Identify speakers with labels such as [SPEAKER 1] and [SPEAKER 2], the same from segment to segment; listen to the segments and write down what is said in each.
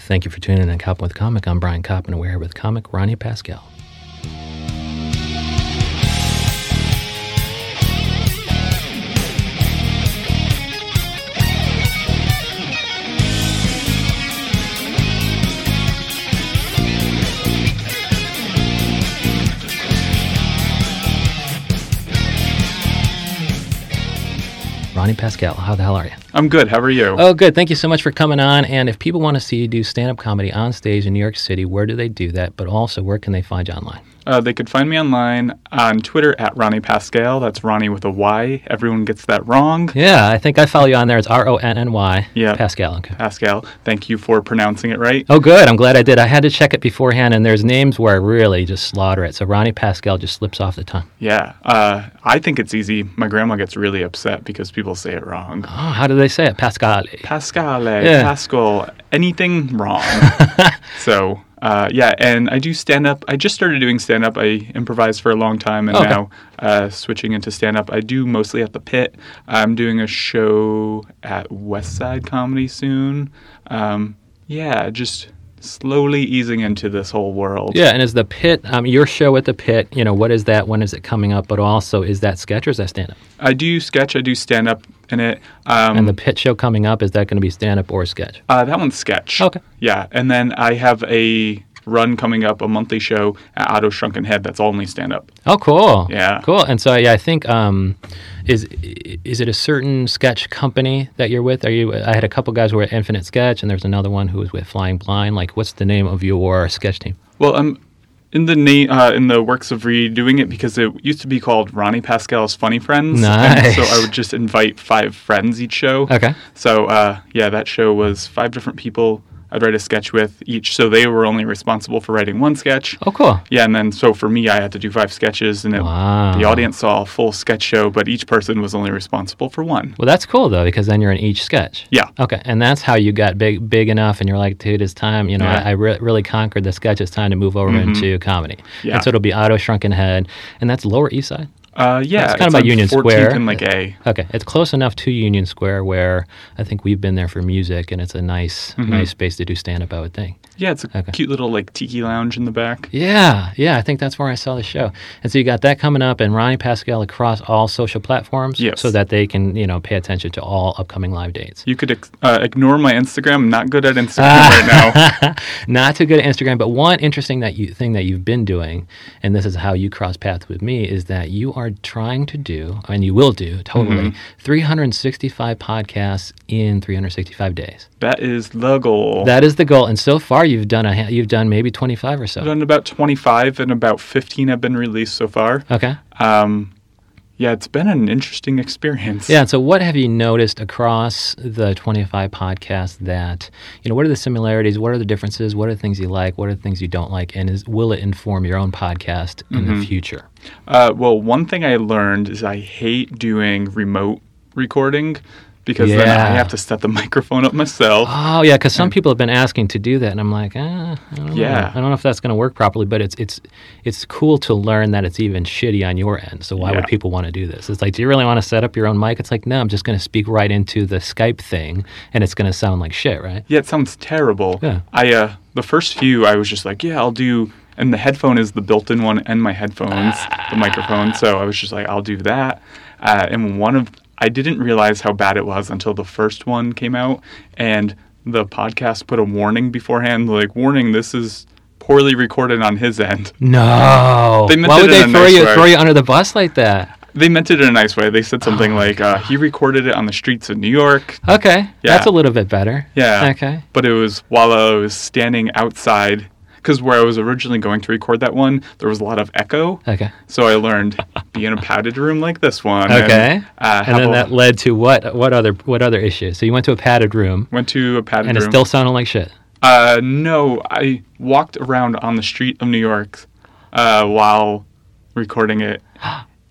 [SPEAKER 1] Thank you for tuning in to Coppin with Comic. I'm Brian Coppin, and we're here with comic Ronnie Pascal. Ronnie Pascal, how the hell are you?
[SPEAKER 2] I'm good. How are you?
[SPEAKER 1] Oh, good. Thank you so much for coming on. And if people want to see you do stand up comedy on stage in New York City, where do they do that? But also, where can they find you online?
[SPEAKER 2] Uh, they could find me online on Twitter at Ronnie Pascal. That's Ronnie with a Y. Everyone gets that wrong.
[SPEAKER 1] Yeah, I think I follow you on there. It's R O N N Y.
[SPEAKER 2] Yeah.
[SPEAKER 1] Pascal. Okay.
[SPEAKER 2] Pascal, thank you for pronouncing it right.
[SPEAKER 1] Oh, good. I'm glad I did. I had to check it beforehand, and there's names where I really just slaughter it. So Ronnie Pascal just slips off the tongue.
[SPEAKER 2] Yeah. Uh, I think it's easy. My grandma gets really upset because people say it wrong.
[SPEAKER 1] Oh, how do they say it? Pascal.
[SPEAKER 2] Pascal, eh,
[SPEAKER 1] Yeah.
[SPEAKER 2] Pascal, anything wrong. so, uh, yeah, and I do stand up. I just started doing stand up. I improvised for a long time and
[SPEAKER 1] Okay.
[SPEAKER 2] now uh, switching into stand up. I do mostly at the pit. I'm doing a show at West Side Comedy soon. Um, yeah, just slowly easing into this whole world.
[SPEAKER 1] Yeah, and is the pit, um, your show at the pit, you know, what is that? When is it coming up? But also, is that sketch or is that stand up?
[SPEAKER 2] I do sketch, I do stand up in it. Um,
[SPEAKER 1] And the pit show coming up, is that going to be stand up or sketch?
[SPEAKER 2] Uh, that one's sketch.
[SPEAKER 1] Okay.
[SPEAKER 2] Yeah, and then I have a run coming up, a monthly show at Otto Shrunken Head. That's only stand up.
[SPEAKER 1] Oh, cool.
[SPEAKER 2] Yeah.
[SPEAKER 1] Cool. And so, yeah, I think um, is is it a certain sketch company that you're with? Are you? I had a couple guys who were at Infinite Sketch, and there's another one who was with Flying Blind. Like, what's the name of your sketch team?
[SPEAKER 2] Well, I'm in the name uh, in the works of redoing it because it used to be called Ronnie Pascal's Funny Friends. And so
[SPEAKER 1] Nice.
[SPEAKER 2] I would just invite five friends each show.
[SPEAKER 1] Okay.
[SPEAKER 2] So uh, yeah, that show was five different people. I'd write a sketch with each, so they were only responsible for writing one sketch.
[SPEAKER 1] Oh, cool.
[SPEAKER 2] Yeah, and then so for me, I had to do five sketches, and it,
[SPEAKER 1] Wow.
[SPEAKER 2] the audience saw a full sketch show, but each person was only responsible for one.
[SPEAKER 1] Well, that's cool though, because then you're in each sketch.
[SPEAKER 2] Yeah.
[SPEAKER 1] Okay, and that's how you got big, big enough, and you're like, dude, it's time. You know,
[SPEAKER 2] Yeah. Mm-hmm.
[SPEAKER 1] I, I re- really conquered the sketch. It's time to move over into comedy.
[SPEAKER 2] Yeah.
[SPEAKER 1] And so it'll be Auto Shrunken Head, and that's Lower East Side.
[SPEAKER 2] Uh, yeah,
[SPEAKER 1] It's kind of by
[SPEAKER 2] on
[SPEAKER 1] Union
[SPEAKER 2] 14th
[SPEAKER 1] Square.
[SPEAKER 2] and like A.
[SPEAKER 1] Okay, it's close enough to Union Square where I think we've been there for music, and it's a nice, nice space to do stand up. I would think.
[SPEAKER 2] Yeah, it's a cute little like tiki lounge in the back.
[SPEAKER 1] Yeah, yeah, I think that's where I saw the show. And so you got that coming up, and Ronnie Pascal across all social platforms,
[SPEAKER 2] Yes.
[SPEAKER 1] so that they can you know pay attention to all upcoming live dates.
[SPEAKER 2] You could ex- uh, ignore my Instagram. I'm not good at Instagram right now.
[SPEAKER 1] Not too good at Instagram, but one interesting that you thing that you've been doing, and this is how you cross paths with me, is that you are trying to do, and you will do totally, 365 podcasts in 365 days.
[SPEAKER 2] That is the goal.
[SPEAKER 1] That is the goal, and so far you've done a ha- you've done maybe 25 or
[SPEAKER 2] I've
[SPEAKER 1] so.
[SPEAKER 2] done about 25 and about 15 have been released so far.
[SPEAKER 1] Okay.
[SPEAKER 2] Um, yeah, it's been an interesting experience.
[SPEAKER 1] Yeah. and So, what have you noticed across the 25 podcasts that, you know, what are the similarities? What are the differences? What are the things you like? What are the things you don't like? And is, will it inform your own podcast in
[SPEAKER 2] Mm-hmm.
[SPEAKER 1] the future?
[SPEAKER 2] Uh, well, one thing I learned is I hate doing remote recording because then I
[SPEAKER 1] Yeah.
[SPEAKER 2] have to set the microphone up myself.
[SPEAKER 1] Oh, yeah. Because some people have been asking to do that. And I'm like, ah, I don't know.
[SPEAKER 2] Yeah.
[SPEAKER 1] I don't know if that's going to work properly, but it's, it's, it's cool to learn that it's even shitty on your end. So, why would
[SPEAKER 2] Yeah.
[SPEAKER 1] people want to do this? It's like, do you really want to set up your own mic? It's like, no, I'm just going to speak right into the Skype thing and it's going to sound like shit, right?
[SPEAKER 2] Yeah, it sounds terrible.
[SPEAKER 1] Yeah.
[SPEAKER 2] I uh the first few I was just like, yeah, I'll do and the headphone is the built-in one and my headphones, the microphone, so I was just like, I'll do that. Uh, and one of I didn't realize how bad it was until the first one came out and the podcast put a warning beforehand like warning this is poorly recorded on his end.
[SPEAKER 1] No.
[SPEAKER 2] They meant
[SPEAKER 1] Why
[SPEAKER 2] it
[SPEAKER 1] would
[SPEAKER 2] in
[SPEAKER 1] they
[SPEAKER 2] a
[SPEAKER 1] throw
[SPEAKER 2] nice
[SPEAKER 1] you
[SPEAKER 2] way.
[SPEAKER 1] throw you under the bus like that?
[SPEAKER 2] They meant it in a nice way. They said something like uh, he recorded it on the streets of New York.
[SPEAKER 1] Okay, that's a
[SPEAKER 2] Yeah.
[SPEAKER 1] little bit better.
[SPEAKER 2] Yeah.
[SPEAKER 1] Okay.
[SPEAKER 2] But it was while I was standing outside, because where I was originally going to record that one, there was a lot of echo.
[SPEAKER 1] Okay.
[SPEAKER 2] So I learned be in a padded room like this one. and,
[SPEAKER 1] Okay.
[SPEAKER 2] uh,
[SPEAKER 1] and
[SPEAKER 2] have
[SPEAKER 1] then
[SPEAKER 2] a-
[SPEAKER 1] that led to what? What other? What other issues? So you went to a padded room,
[SPEAKER 2] went to a padded
[SPEAKER 1] and it
[SPEAKER 2] room.
[SPEAKER 1] still sounded like shit.
[SPEAKER 2] uh, no, I walked around on the street of New York uh, while recording it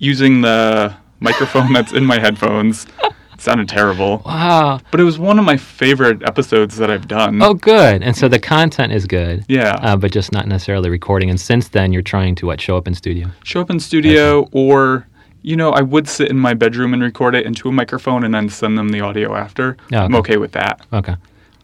[SPEAKER 2] using the microphone that's in my headphones. It sounded terrible.
[SPEAKER 1] Wow.
[SPEAKER 2] But it was one of my favorite episodes that I've done.
[SPEAKER 1] Oh, good. And so the content is good.
[SPEAKER 2] Yeah.
[SPEAKER 1] Uh, but just not necessarily recording. And since then, you're trying to what? Show up in studio.
[SPEAKER 2] show up in studio or you know i would sit in my bedroom and record it into a microphone and then send them the audio after
[SPEAKER 1] Yeah,
[SPEAKER 2] i'm
[SPEAKER 1] okay.
[SPEAKER 2] okay with that
[SPEAKER 1] Okay.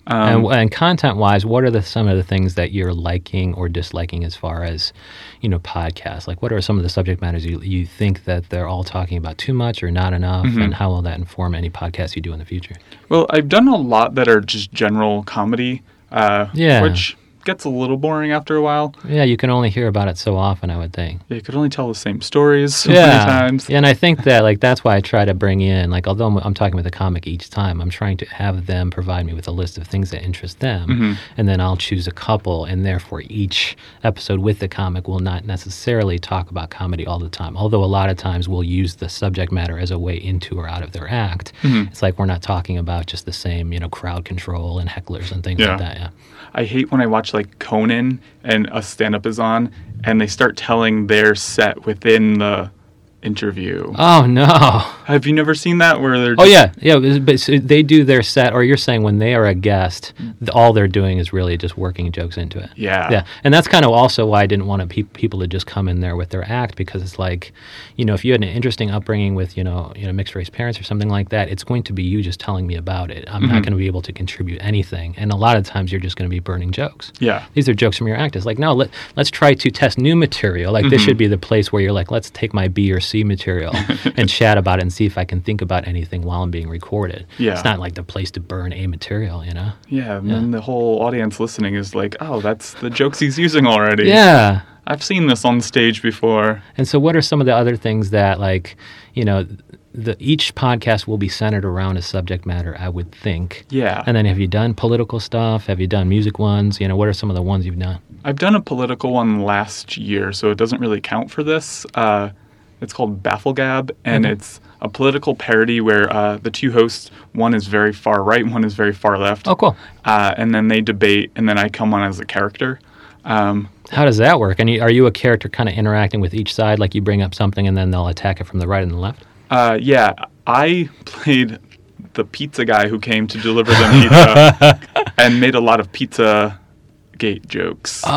[SPEAKER 1] and, and content wise, what are the some of the things that you're liking or disliking as far as you know podcasts? Like, what are some of the subject matters you you think that they're all talking about too much or not enough, and how will that inform any podcast you do in the future?
[SPEAKER 2] Well, I've done a lot that are just general comedy, uh,
[SPEAKER 1] Yeah.
[SPEAKER 2] which gets a little boring after a while.
[SPEAKER 1] Yeah, you can only hear about it so often, I would think.
[SPEAKER 2] You could only tell the same stories so many times.
[SPEAKER 1] and I think that like that's why I try to bring in like although I'm, I'm talking with a comic each time, I'm trying to have them provide me with a list of things that interest them,
[SPEAKER 2] Mm-hmm.
[SPEAKER 1] and then I'll choose a couple, and therefore each episode with the comic will not necessarily talk about comedy all the time. Although a lot of times we'll use the subject matter as a way into or out of their act.
[SPEAKER 2] Mm-hmm.
[SPEAKER 1] It's like we're not talking about just the same you know crowd control and hecklers and things
[SPEAKER 2] Yeah.
[SPEAKER 1] like that. Yeah.
[SPEAKER 2] I hate when I watch like Conan and a stand up is on and they start telling their set within the interview.
[SPEAKER 1] Oh no.
[SPEAKER 2] Have you never seen that where they're
[SPEAKER 1] Oh
[SPEAKER 2] just-
[SPEAKER 1] yeah, yeah. But but so they do their set, or you're saying when they are a guest, th- all they're doing is really just working jokes into it.
[SPEAKER 2] Yeah.
[SPEAKER 1] yeah. And that's kind of also why I didn't want to pe- people to just come in there with their act because it's like, you know, if you had an interesting upbringing with you know you know mixed race parents or something like that, it's going to be you just telling me about it. I'm not going to be able to contribute anything, and a lot of times you're just going to be burning jokes.
[SPEAKER 2] Yeah.
[SPEAKER 1] These are jokes from your act. It's like, no, let, let's try to test new material. Like, this should be the place where you're like, let's take my B or C material and chat about it and see if I can think about anything while I'm being recorded.
[SPEAKER 2] Yeah.
[SPEAKER 1] It's not like the place to burn A material, you know?
[SPEAKER 2] Yeah, and then the whole audience listening is like, "Oh, that's the jokes he's using already."
[SPEAKER 1] Yeah.
[SPEAKER 2] I've seen this on stage before.
[SPEAKER 1] And so, what are some of the other things that, like, you know, the, each podcast will be centered around a subject matter, I would think.
[SPEAKER 2] Yeah.
[SPEAKER 1] And then, have you done political stuff? Have you done music ones? You know, what are some of the ones you've done?
[SPEAKER 2] I've done a political one last year, so it doesn't really count for this. Uh, it's called Bafflegab, and
[SPEAKER 1] Mm-hmm.
[SPEAKER 2] it's a political parody where uh, the two hosts, one is very far right, one is very far left,
[SPEAKER 1] Oh, cool.
[SPEAKER 2] uh, and then they debate, and then I come on as a character. Um,
[SPEAKER 1] How does that work? And you, are you a character kind of interacting with each side? Like you bring up something and then they'll attack it from the right and the left?
[SPEAKER 2] uh, yeah, I played the pizza guy who came to deliver them pizza and made a lot of pizza gate jokes, which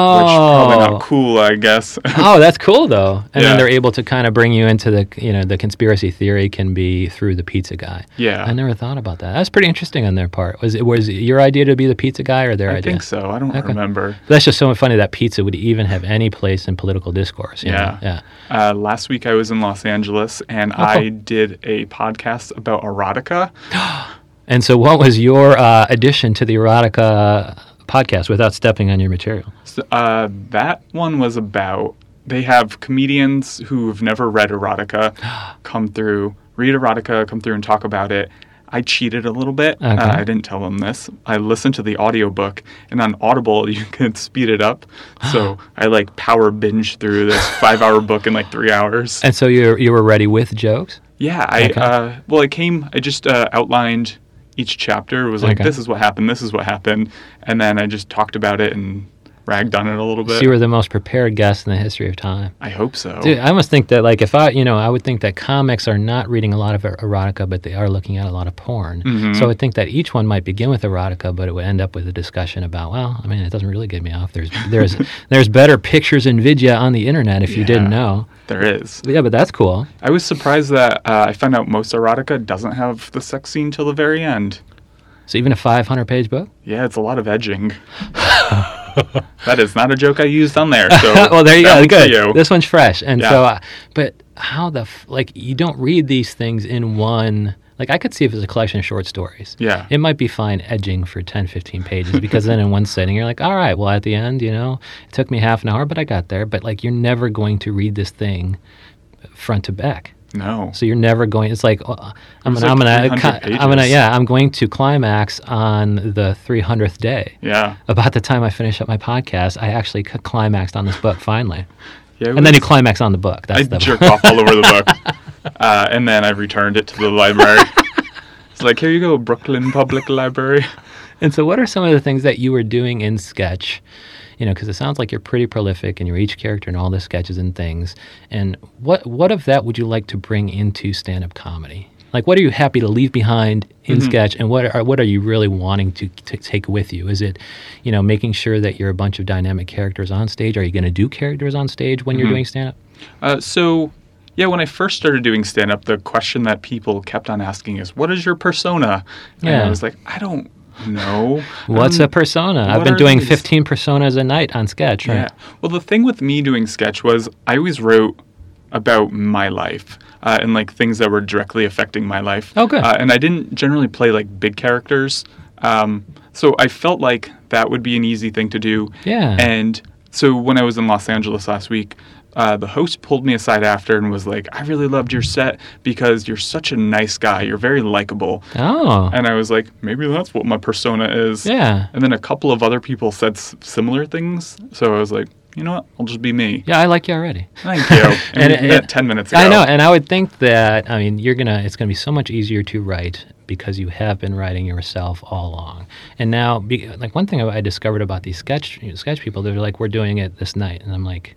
[SPEAKER 2] probably not
[SPEAKER 1] Oh.
[SPEAKER 2] cool, I guess.
[SPEAKER 1] Oh, that's cool though. And
[SPEAKER 2] Yeah.
[SPEAKER 1] then they're able to kind of bring you into the, you know, the conspiracy theory can be through the pizza guy.
[SPEAKER 2] Yeah.
[SPEAKER 1] I never thought about that. That's pretty interesting on their part. Was it was it your idea to be the pizza guy or their
[SPEAKER 2] I
[SPEAKER 1] idea?
[SPEAKER 2] think so. I don't remember.
[SPEAKER 1] That's just so funny that pizza would even have any place in political discourse. you know?
[SPEAKER 2] Yeah.
[SPEAKER 1] Yeah.
[SPEAKER 2] Uh, last week I was in Los Angeles and
[SPEAKER 1] Oh.
[SPEAKER 2] I did a podcast about erotica.
[SPEAKER 1] And so what was your uh, addition to the erotica uh, podcast without stepping on your material?
[SPEAKER 2] So, uh, that one was about they have comedians who have never read erotica come through, read erotica, come through and talk about it. I cheated a little bit.
[SPEAKER 1] Okay.
[SPEAKER 2] Uh, I didn't tell them this. I listened to the audiobook, and on Audible, you can speed it up. So I like power binge through this five hour book in like three hours.
[SPEAKER 1] And so you you were ready with jokes?
[SPEAKER 2] Yeah, I
[SPEAKER 1] Okay.
[SPEAKER 2] uh, well, I came. I just uh, outlined each chapter. It was like,
[SPEAKER 1] Okay.
[SPEAKER 2] this is what happened. This is what happened, and then I just talked about it and ragged on it a little
[SPEAKER 1] So
[SPEAKER 2] bit.
[SPEAKER 1] you were the most prepared guest in the history of time.
[SPEAKER 2] I hope so.
[SPEAKER 1] Dude, I must think that like if I, you know, I would think that comics are not reading a lot of er- erotica, but they are looking at a lot of porn. So I would think that each one might begin with erotica, but it would end up with a discussion about, well, I mean, it doesn't really get me off. There's there's there's better pictures and video on the internet if you
[SPEAKER 2] Yeah.
[SPEAKER 1] didn't know.
[SPEAKER 2] There is.
[SPEAKER 1] But yeah, but that's cool.
[SPEAKER 2] I was surprised that uh, I found out most erotica doesn't have the sex scene till the very end.
[SPEAKER 1] So even a 500 page book.
[SPEAKER 2] Yeah, it's a lot of edging. that is not a joke I used on there. So
[SPEAKER 1] Uh, well, there you
[SPEAKER 2] that
[SPEAKER 1] go.
[SPEAKER 2] one's for
[SPEAKER 1] Good.
[SPEAKER 2] you.
[SPEAKER 1] This one's fresh. And
[SPEAKER 2] Yeah.
[SPEAKER 1] so, uh, but how the f- like you don't read these things in one. Like I could see if it's a collection of short stories.
[SPEAKER 2] Yeah.
[SPEAKER 1] It might be fine edging for 10, 15 pages because then in one sitting you're like, all right, well at the end, you know, it took me half an hour, but I got there. But like you're never going to read this thing front to back.
[SPEAKER 2] no.
[SPEAKER 1] So you're never going. It's like uh, I'm
[SPEAKER 2] was
[SPEAKER 1] gonna,
[SPEAKER 2] like
[SPEAKER 1] I'm gonna,
[SPEAKER 2] 300
[SPEAKER 1] co- I'm gonna,
[SPEAKER 2] pages.
[SPEAKER 1] yeah, I'm going to climax on the 300th day.
[SPEAKER 2] Yeah.
[SPEAKER 1] About the time I finish up my podcast, I actually c- climaxed on this book finally.
[SPEAKER 2] Yeah. it
[SPEAKER 1] And then
[SPEAKER 2] was-
[SPEAKER 1] you climax on the book. That's
[SPEAKER 2] I
[SPEAKER 1] the
[SPEAKER 2] jerked off all over the book, uh, and then I returned it to the library. it's like, here you go, Brooklyn Public Library.
[SPEAKER 1] And so, what are some of the things that you were doing in sketch? You know, because it sounds like you're pretty prolific, and you're each character in all the sketches and things. And what what of that would you like to bring into stand up comedy? Like, what are you happy to leave behind in sketch, and what are what are you really wanting to, to take with you? Is it, you know, making sure that you're a bunch of dynamic characters on stage? Are you going to do characters on stage when you're doing stand up?
[SPEAKER 2] Uh, so, yeah, when I first started doing stand up, the question that people kept on asking is, "What is your persona?" And
[SPEAKER 1] Yeah.
[SPEAKER 2] I was like, I don't. No.
[SPEAKER 1] What's a persona? I've
[SPEAKER 2] what
[SPEAKER 1] been
[SPEAKER 2] are
[SPEAKER 1] doing
[SPEAKER 2] these?
[SPEAKER 1] 15 personas a night on Sketch. Right?
[SPEAKER 2] Yeah. Well, the thing with me doing sketch was I always wrote about my life uh, and like things that were directly affecting my life.
[SPEAKER 1] Oh, good.
[SPEAKER 2] Uh, and I didn't generally play like big characters. Um, so I felt like that would be an easy thing to do.
[SPEAKER 1] Yeah.
[SPEAKER 2] And so when I was in Los Angeles last week, uh, the host pulled me aside after and was like, I really loved your set because you're such a nice guy. You're very likable.
[SPEAKER 1] Oh.
[SPEAKER 2] And I was like, maybe that's what my persona is.
[SPEAKER 1] Yeah.
[SPEAKER 2] And then a couple of other people said s- similar things. So I was like, you know what? I'll just be me.
[SPEAKER 1] Yeah, I like you already.
[SPEAKER 2] Thank you. And,
[SPEAKER 1] And-
[SPEAKER 2] we did that
[SPEAKER 1] and-
[SPEAKER 2] 10 minutes ago.
[SPEAKER 1] I know, and I would think that I mean you're gonna it's gonna be so much easier to write because you have been writing yourself all along. And now, be, like one thing I I discovered about these sketch sketch people, they're like, "We're doing it this night," and I'm like,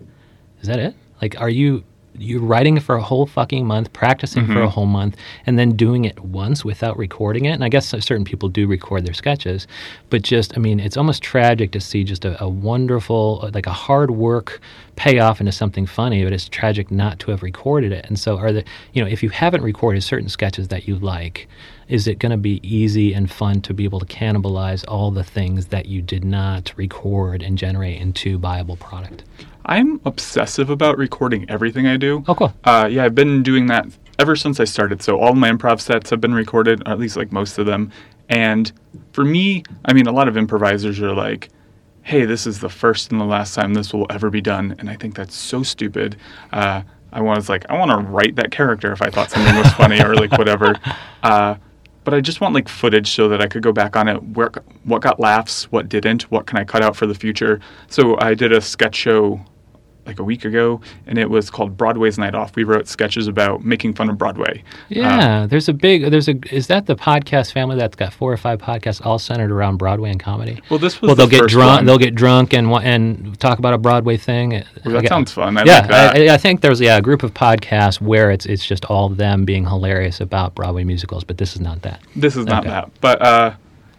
[SPEAKER 1] "Is that it? Like, are you?" You're writing for a whole fucking month, practicing for a whole month, and then doing it once without recording it. And I guess certain people do record their sketches, but just, I mean, it's almost tragic to see just a, a wonderful, like a hard work pay off into something funny, but it's tragic not to have recorded it. And so, are the, you know, if you haven't recorded certain sketches that you like, is it going to be easy and fun to be able to cannibalize all the things that you did not record and generate into viable product?
[SPEAKER 2] I'm obsessive about recording everything I do.
[SPEAKER 1] Oh, cool.
[SPEAKER 2] Uh, yeah, I've been doing that ever since I started. So all my improv sets have been recorded, or at least like most of them. And for me, I mean, a lot of improvisers are like, hey, this is the first and the last time this will ever be done. And I think that's so stupid. Uh, I was like, I want to write that character if I thought something was funny or like whatever. Uh, but I just want like footage so that I could go back on it. Where, what got laughs? What didn't? What can I cut out for the future? So I did a sketch show like a week ago, and it was called Broadway's Night Off. We wrote sketches about making fun of Broadway.
[SPEAKER 1] Yeah, there's a big there's a is that the podcast family that's got four or five podcasts all centered around Broadway and comedy.
[SPEAKER 2] Well, this was
[SPEAKER 1] Well,
[SPEAKER 2] the
[SPEAKER 1] they'll get
[SPEAKER 2] first
[SPEAKER 1] drunk.
[SPEAKER 2] one.
[SPEAKER 1] They'll get drunk and wa- and talk about a Broadway thing.
[SPEAKER 2] Well, that
[SPEAKER 1] Okay.
[SPEAKER 2] sounds fun. I
[SPEAKER 1] yeah,
[SPEAKER 2] like that.
[SPEAKER 1] I, I think there's yeah, a group of podcasts where it's it's just all them being hilarious about Broadway musicals, but this is not that.
[SPEAKER 2] This is not
[SPEAKER 1] Okay.
[SPEAKER 2] that. But uh,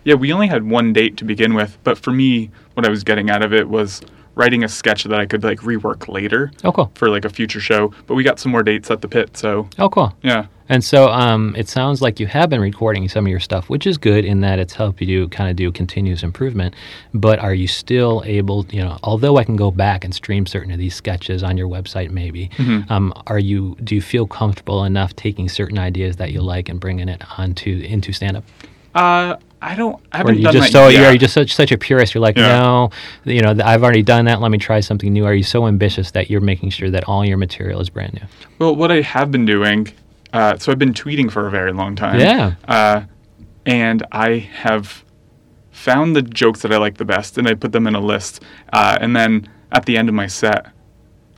[SPEAKER 2] yeah, we only had one date to begin with. But for me, what I was getting out of it was writing a sketch that I could like rework later
[SPEAKER 1] Oh, cool.
[SPEAKER 2] for like a future show. But we got some more dates at the pit, so
[SPEAKER 1] Oh, cool.
[SPEAKER 2] yeah.
[SPEAKER 1] And so um, it sounds like you have been recording some of your stuff, which is good in that it's helped you kind of do continuous improvement. But are you still able, you know, although I can go back and stream certain of these sketches on your website, maybe,
[SPEAKER 2] Mm-hmm.
[SPEAKER 1] um, are you, do you feel comfortable enough taking certain ideas that you like and bringing it onto, into stand up?
[SPEAKER 2] Uh, I don't. I
[SPEAKER 1] Or
[SPEAKER 2] haven't
[SPEAKER 1] you
[SPEAKER 2] done
[SPEAKER 1] just
[SPEAKER 2] that
[SPEAKER 1] so
[SPEAKER 2] yet.
[SPEAKER 1] you're just such, such a purist. You're like,
[SPEAKER 2] Yeah.
[SPEAKER 1] no, you know, th- I've already done that. Let me try something new. Are you so ambitious that you're making sure that all your material is brand new?
[SPEAKER 2] Well, what I have been doing, uh, so I've been tweeting for a very long time.
[SPEAKER 1] Yeah.
[SPEAKER 2] Uh, and I have found the jokes that I like the best, and I put them in a list. Uh, and then at the end of my set,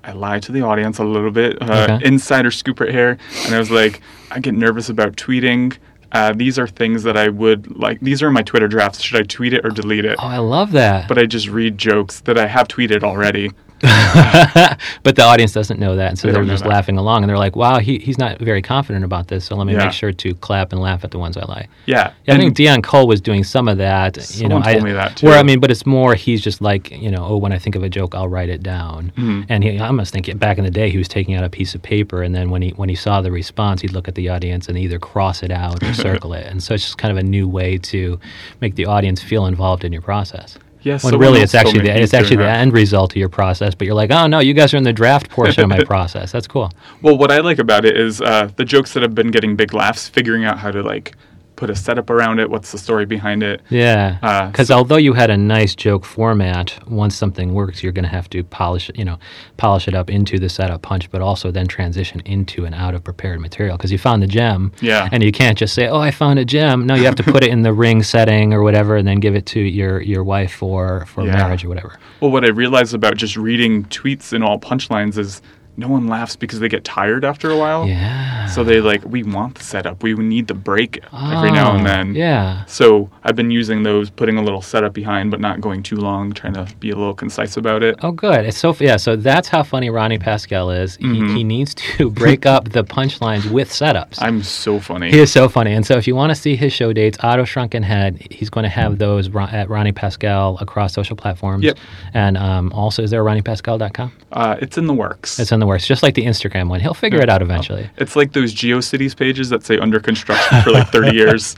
[SPEAKER 2] I lied to the audience a little bit, uh,
[SPEAKER 1] Okay.
[SPEAKER 2] insider scoop right here, and I was like, I get nervous about tweeting. Uh, these are things that I would like. These are my Twitter drafts. Should I tweet it or delete it?
[SPEAKER 1] Oh, I love that.
[SPEAKER 2] But I just read jokes that I have tweeted already.
[SPEAKER 1] but the audience doesn't know that, and so
[SPEAKER 2] They
[SPEAKER 1] they are
[SPEAKER 2] don't know
[SPEAKER 1] just
[SPEAKER 2] that.
[SPEAKER 1] laughing along, and they're like, "Wow, he, he's not very confident about this." So let me
[SPEAKER 2] Yeah.
[SPEAKER 1] make sure to clap and laugh at the ones I like.
[SPEAKER 2] Yeah.
[SPEAKER 1] Yeah, I
[SPEAKER 2] and-
[SPEAKER 1] think Dion Cole was doing some of that. you know,
[SPEAKER 2] Someone told
[SPEAKER 1] I,
[SPEAKER 2] me that,
[SPEAKER 1] Where
[SPEAKER 2] too.
[SPEAKER 1] I mean, but it's more he's just like you know, oh, when I think of a joke, I'll write it down.
[SPEAKER 2] Mm-hmm.
[SPEAKER 1] And he, I must think back in the day, he was taking out a piece of paper, and then when he when he saw the response, he'd look at the audience and either cross it out or circle it. And so it's just kind of a new way to make the audience feel involved in your process.
[SPEAKER 2] Yeah,
[SPEAKER 1] When
[SPEAKER 2] someone
[SPEAKER 1] really
[SPEAKER 2] else
[SPEAKER 1] it's
[SPEAKER 2] told
[SPEAKER 1] actually
[SPEAKER 2] me
[SPEAKER 1] the,
[SPEAKER 2] he was
[SPEAKER 1] it's actually
[SPEAKER 2] doing
[SPEAKER 1] the
[SPEAKER 2] that.
[SPEAKER 1] end result of your process, but you're like, oh no, you guys are in the draft portion of my process. That's cool.
[SPEAKER 2] Well, what I like about it is uh, the jokes that have been getting big laughs, figuring out how to like put a setup around it. What's the story behind it?
[SPEAKER 1] Yeah,
[SPEAKER 2] Uh,
[SPEAKER 1] because although you had a nice joke format, once something works, you're going to have to polish, it, you know, polish it up into the setup punch, but also then transition into and out of prepared material because you found the gem.
[SPEAKER 2] Yeah.
[SPEAKER 1] and you can't just say, "Oh, I found a gem." No, you have to put it in the ring setting or whatever, and then give it to your your wife for for
[SPEAKER 2] Yeah.
[SPEAKER 1] marriage or whatever.
[SPEAKER 2] Well, what I realized about just reading tweets and all punchlines is no one laughs because they get tired after a while.
[SPEAKER 1] Yeah,
[SPEAKER 2] So they like we want the setup. We need the break every now and
[SPEAKER 1] Ah,
[SPEAKER 2] then.
[SPEAKER 1] Yeah,
[SPEAKER 2] So I've been using those, putting a little setup behind, but not going too long, trying to be a little concise about it.
[SPEAKER 1] Oh, good. It's so yeah. So that's how funny Ronnie Pascal is. He, he needs to break up the punchlines with setups.
[SPEAKER 2] I'm so funny.
[SPEAKER 1] he is so funny. And so, if you want to see his show dates, Otto Shrunken Head, he's going to have those ro- at Ronnie Pascal across social platforms.
[SPEAKER 2] Yep.
[SPEAKER 1] And um, also, is there a ronniepascal.com?
[SPEAKER 2] Uh, it's in the works.
[SPEAKER 1] It's in the works, just like the Instagram one. He'll figure it out eventually.
[SPEAKER 2] It's like those GeoCities pages that say under construction for like 30 years.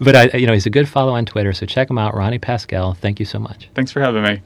[SPEAKER 1] But I, you know, he's a good follow on Twitter, so check him out, Ronnie Pascal. Thank you so much.
[SPEAKER 2] Thanks for having me.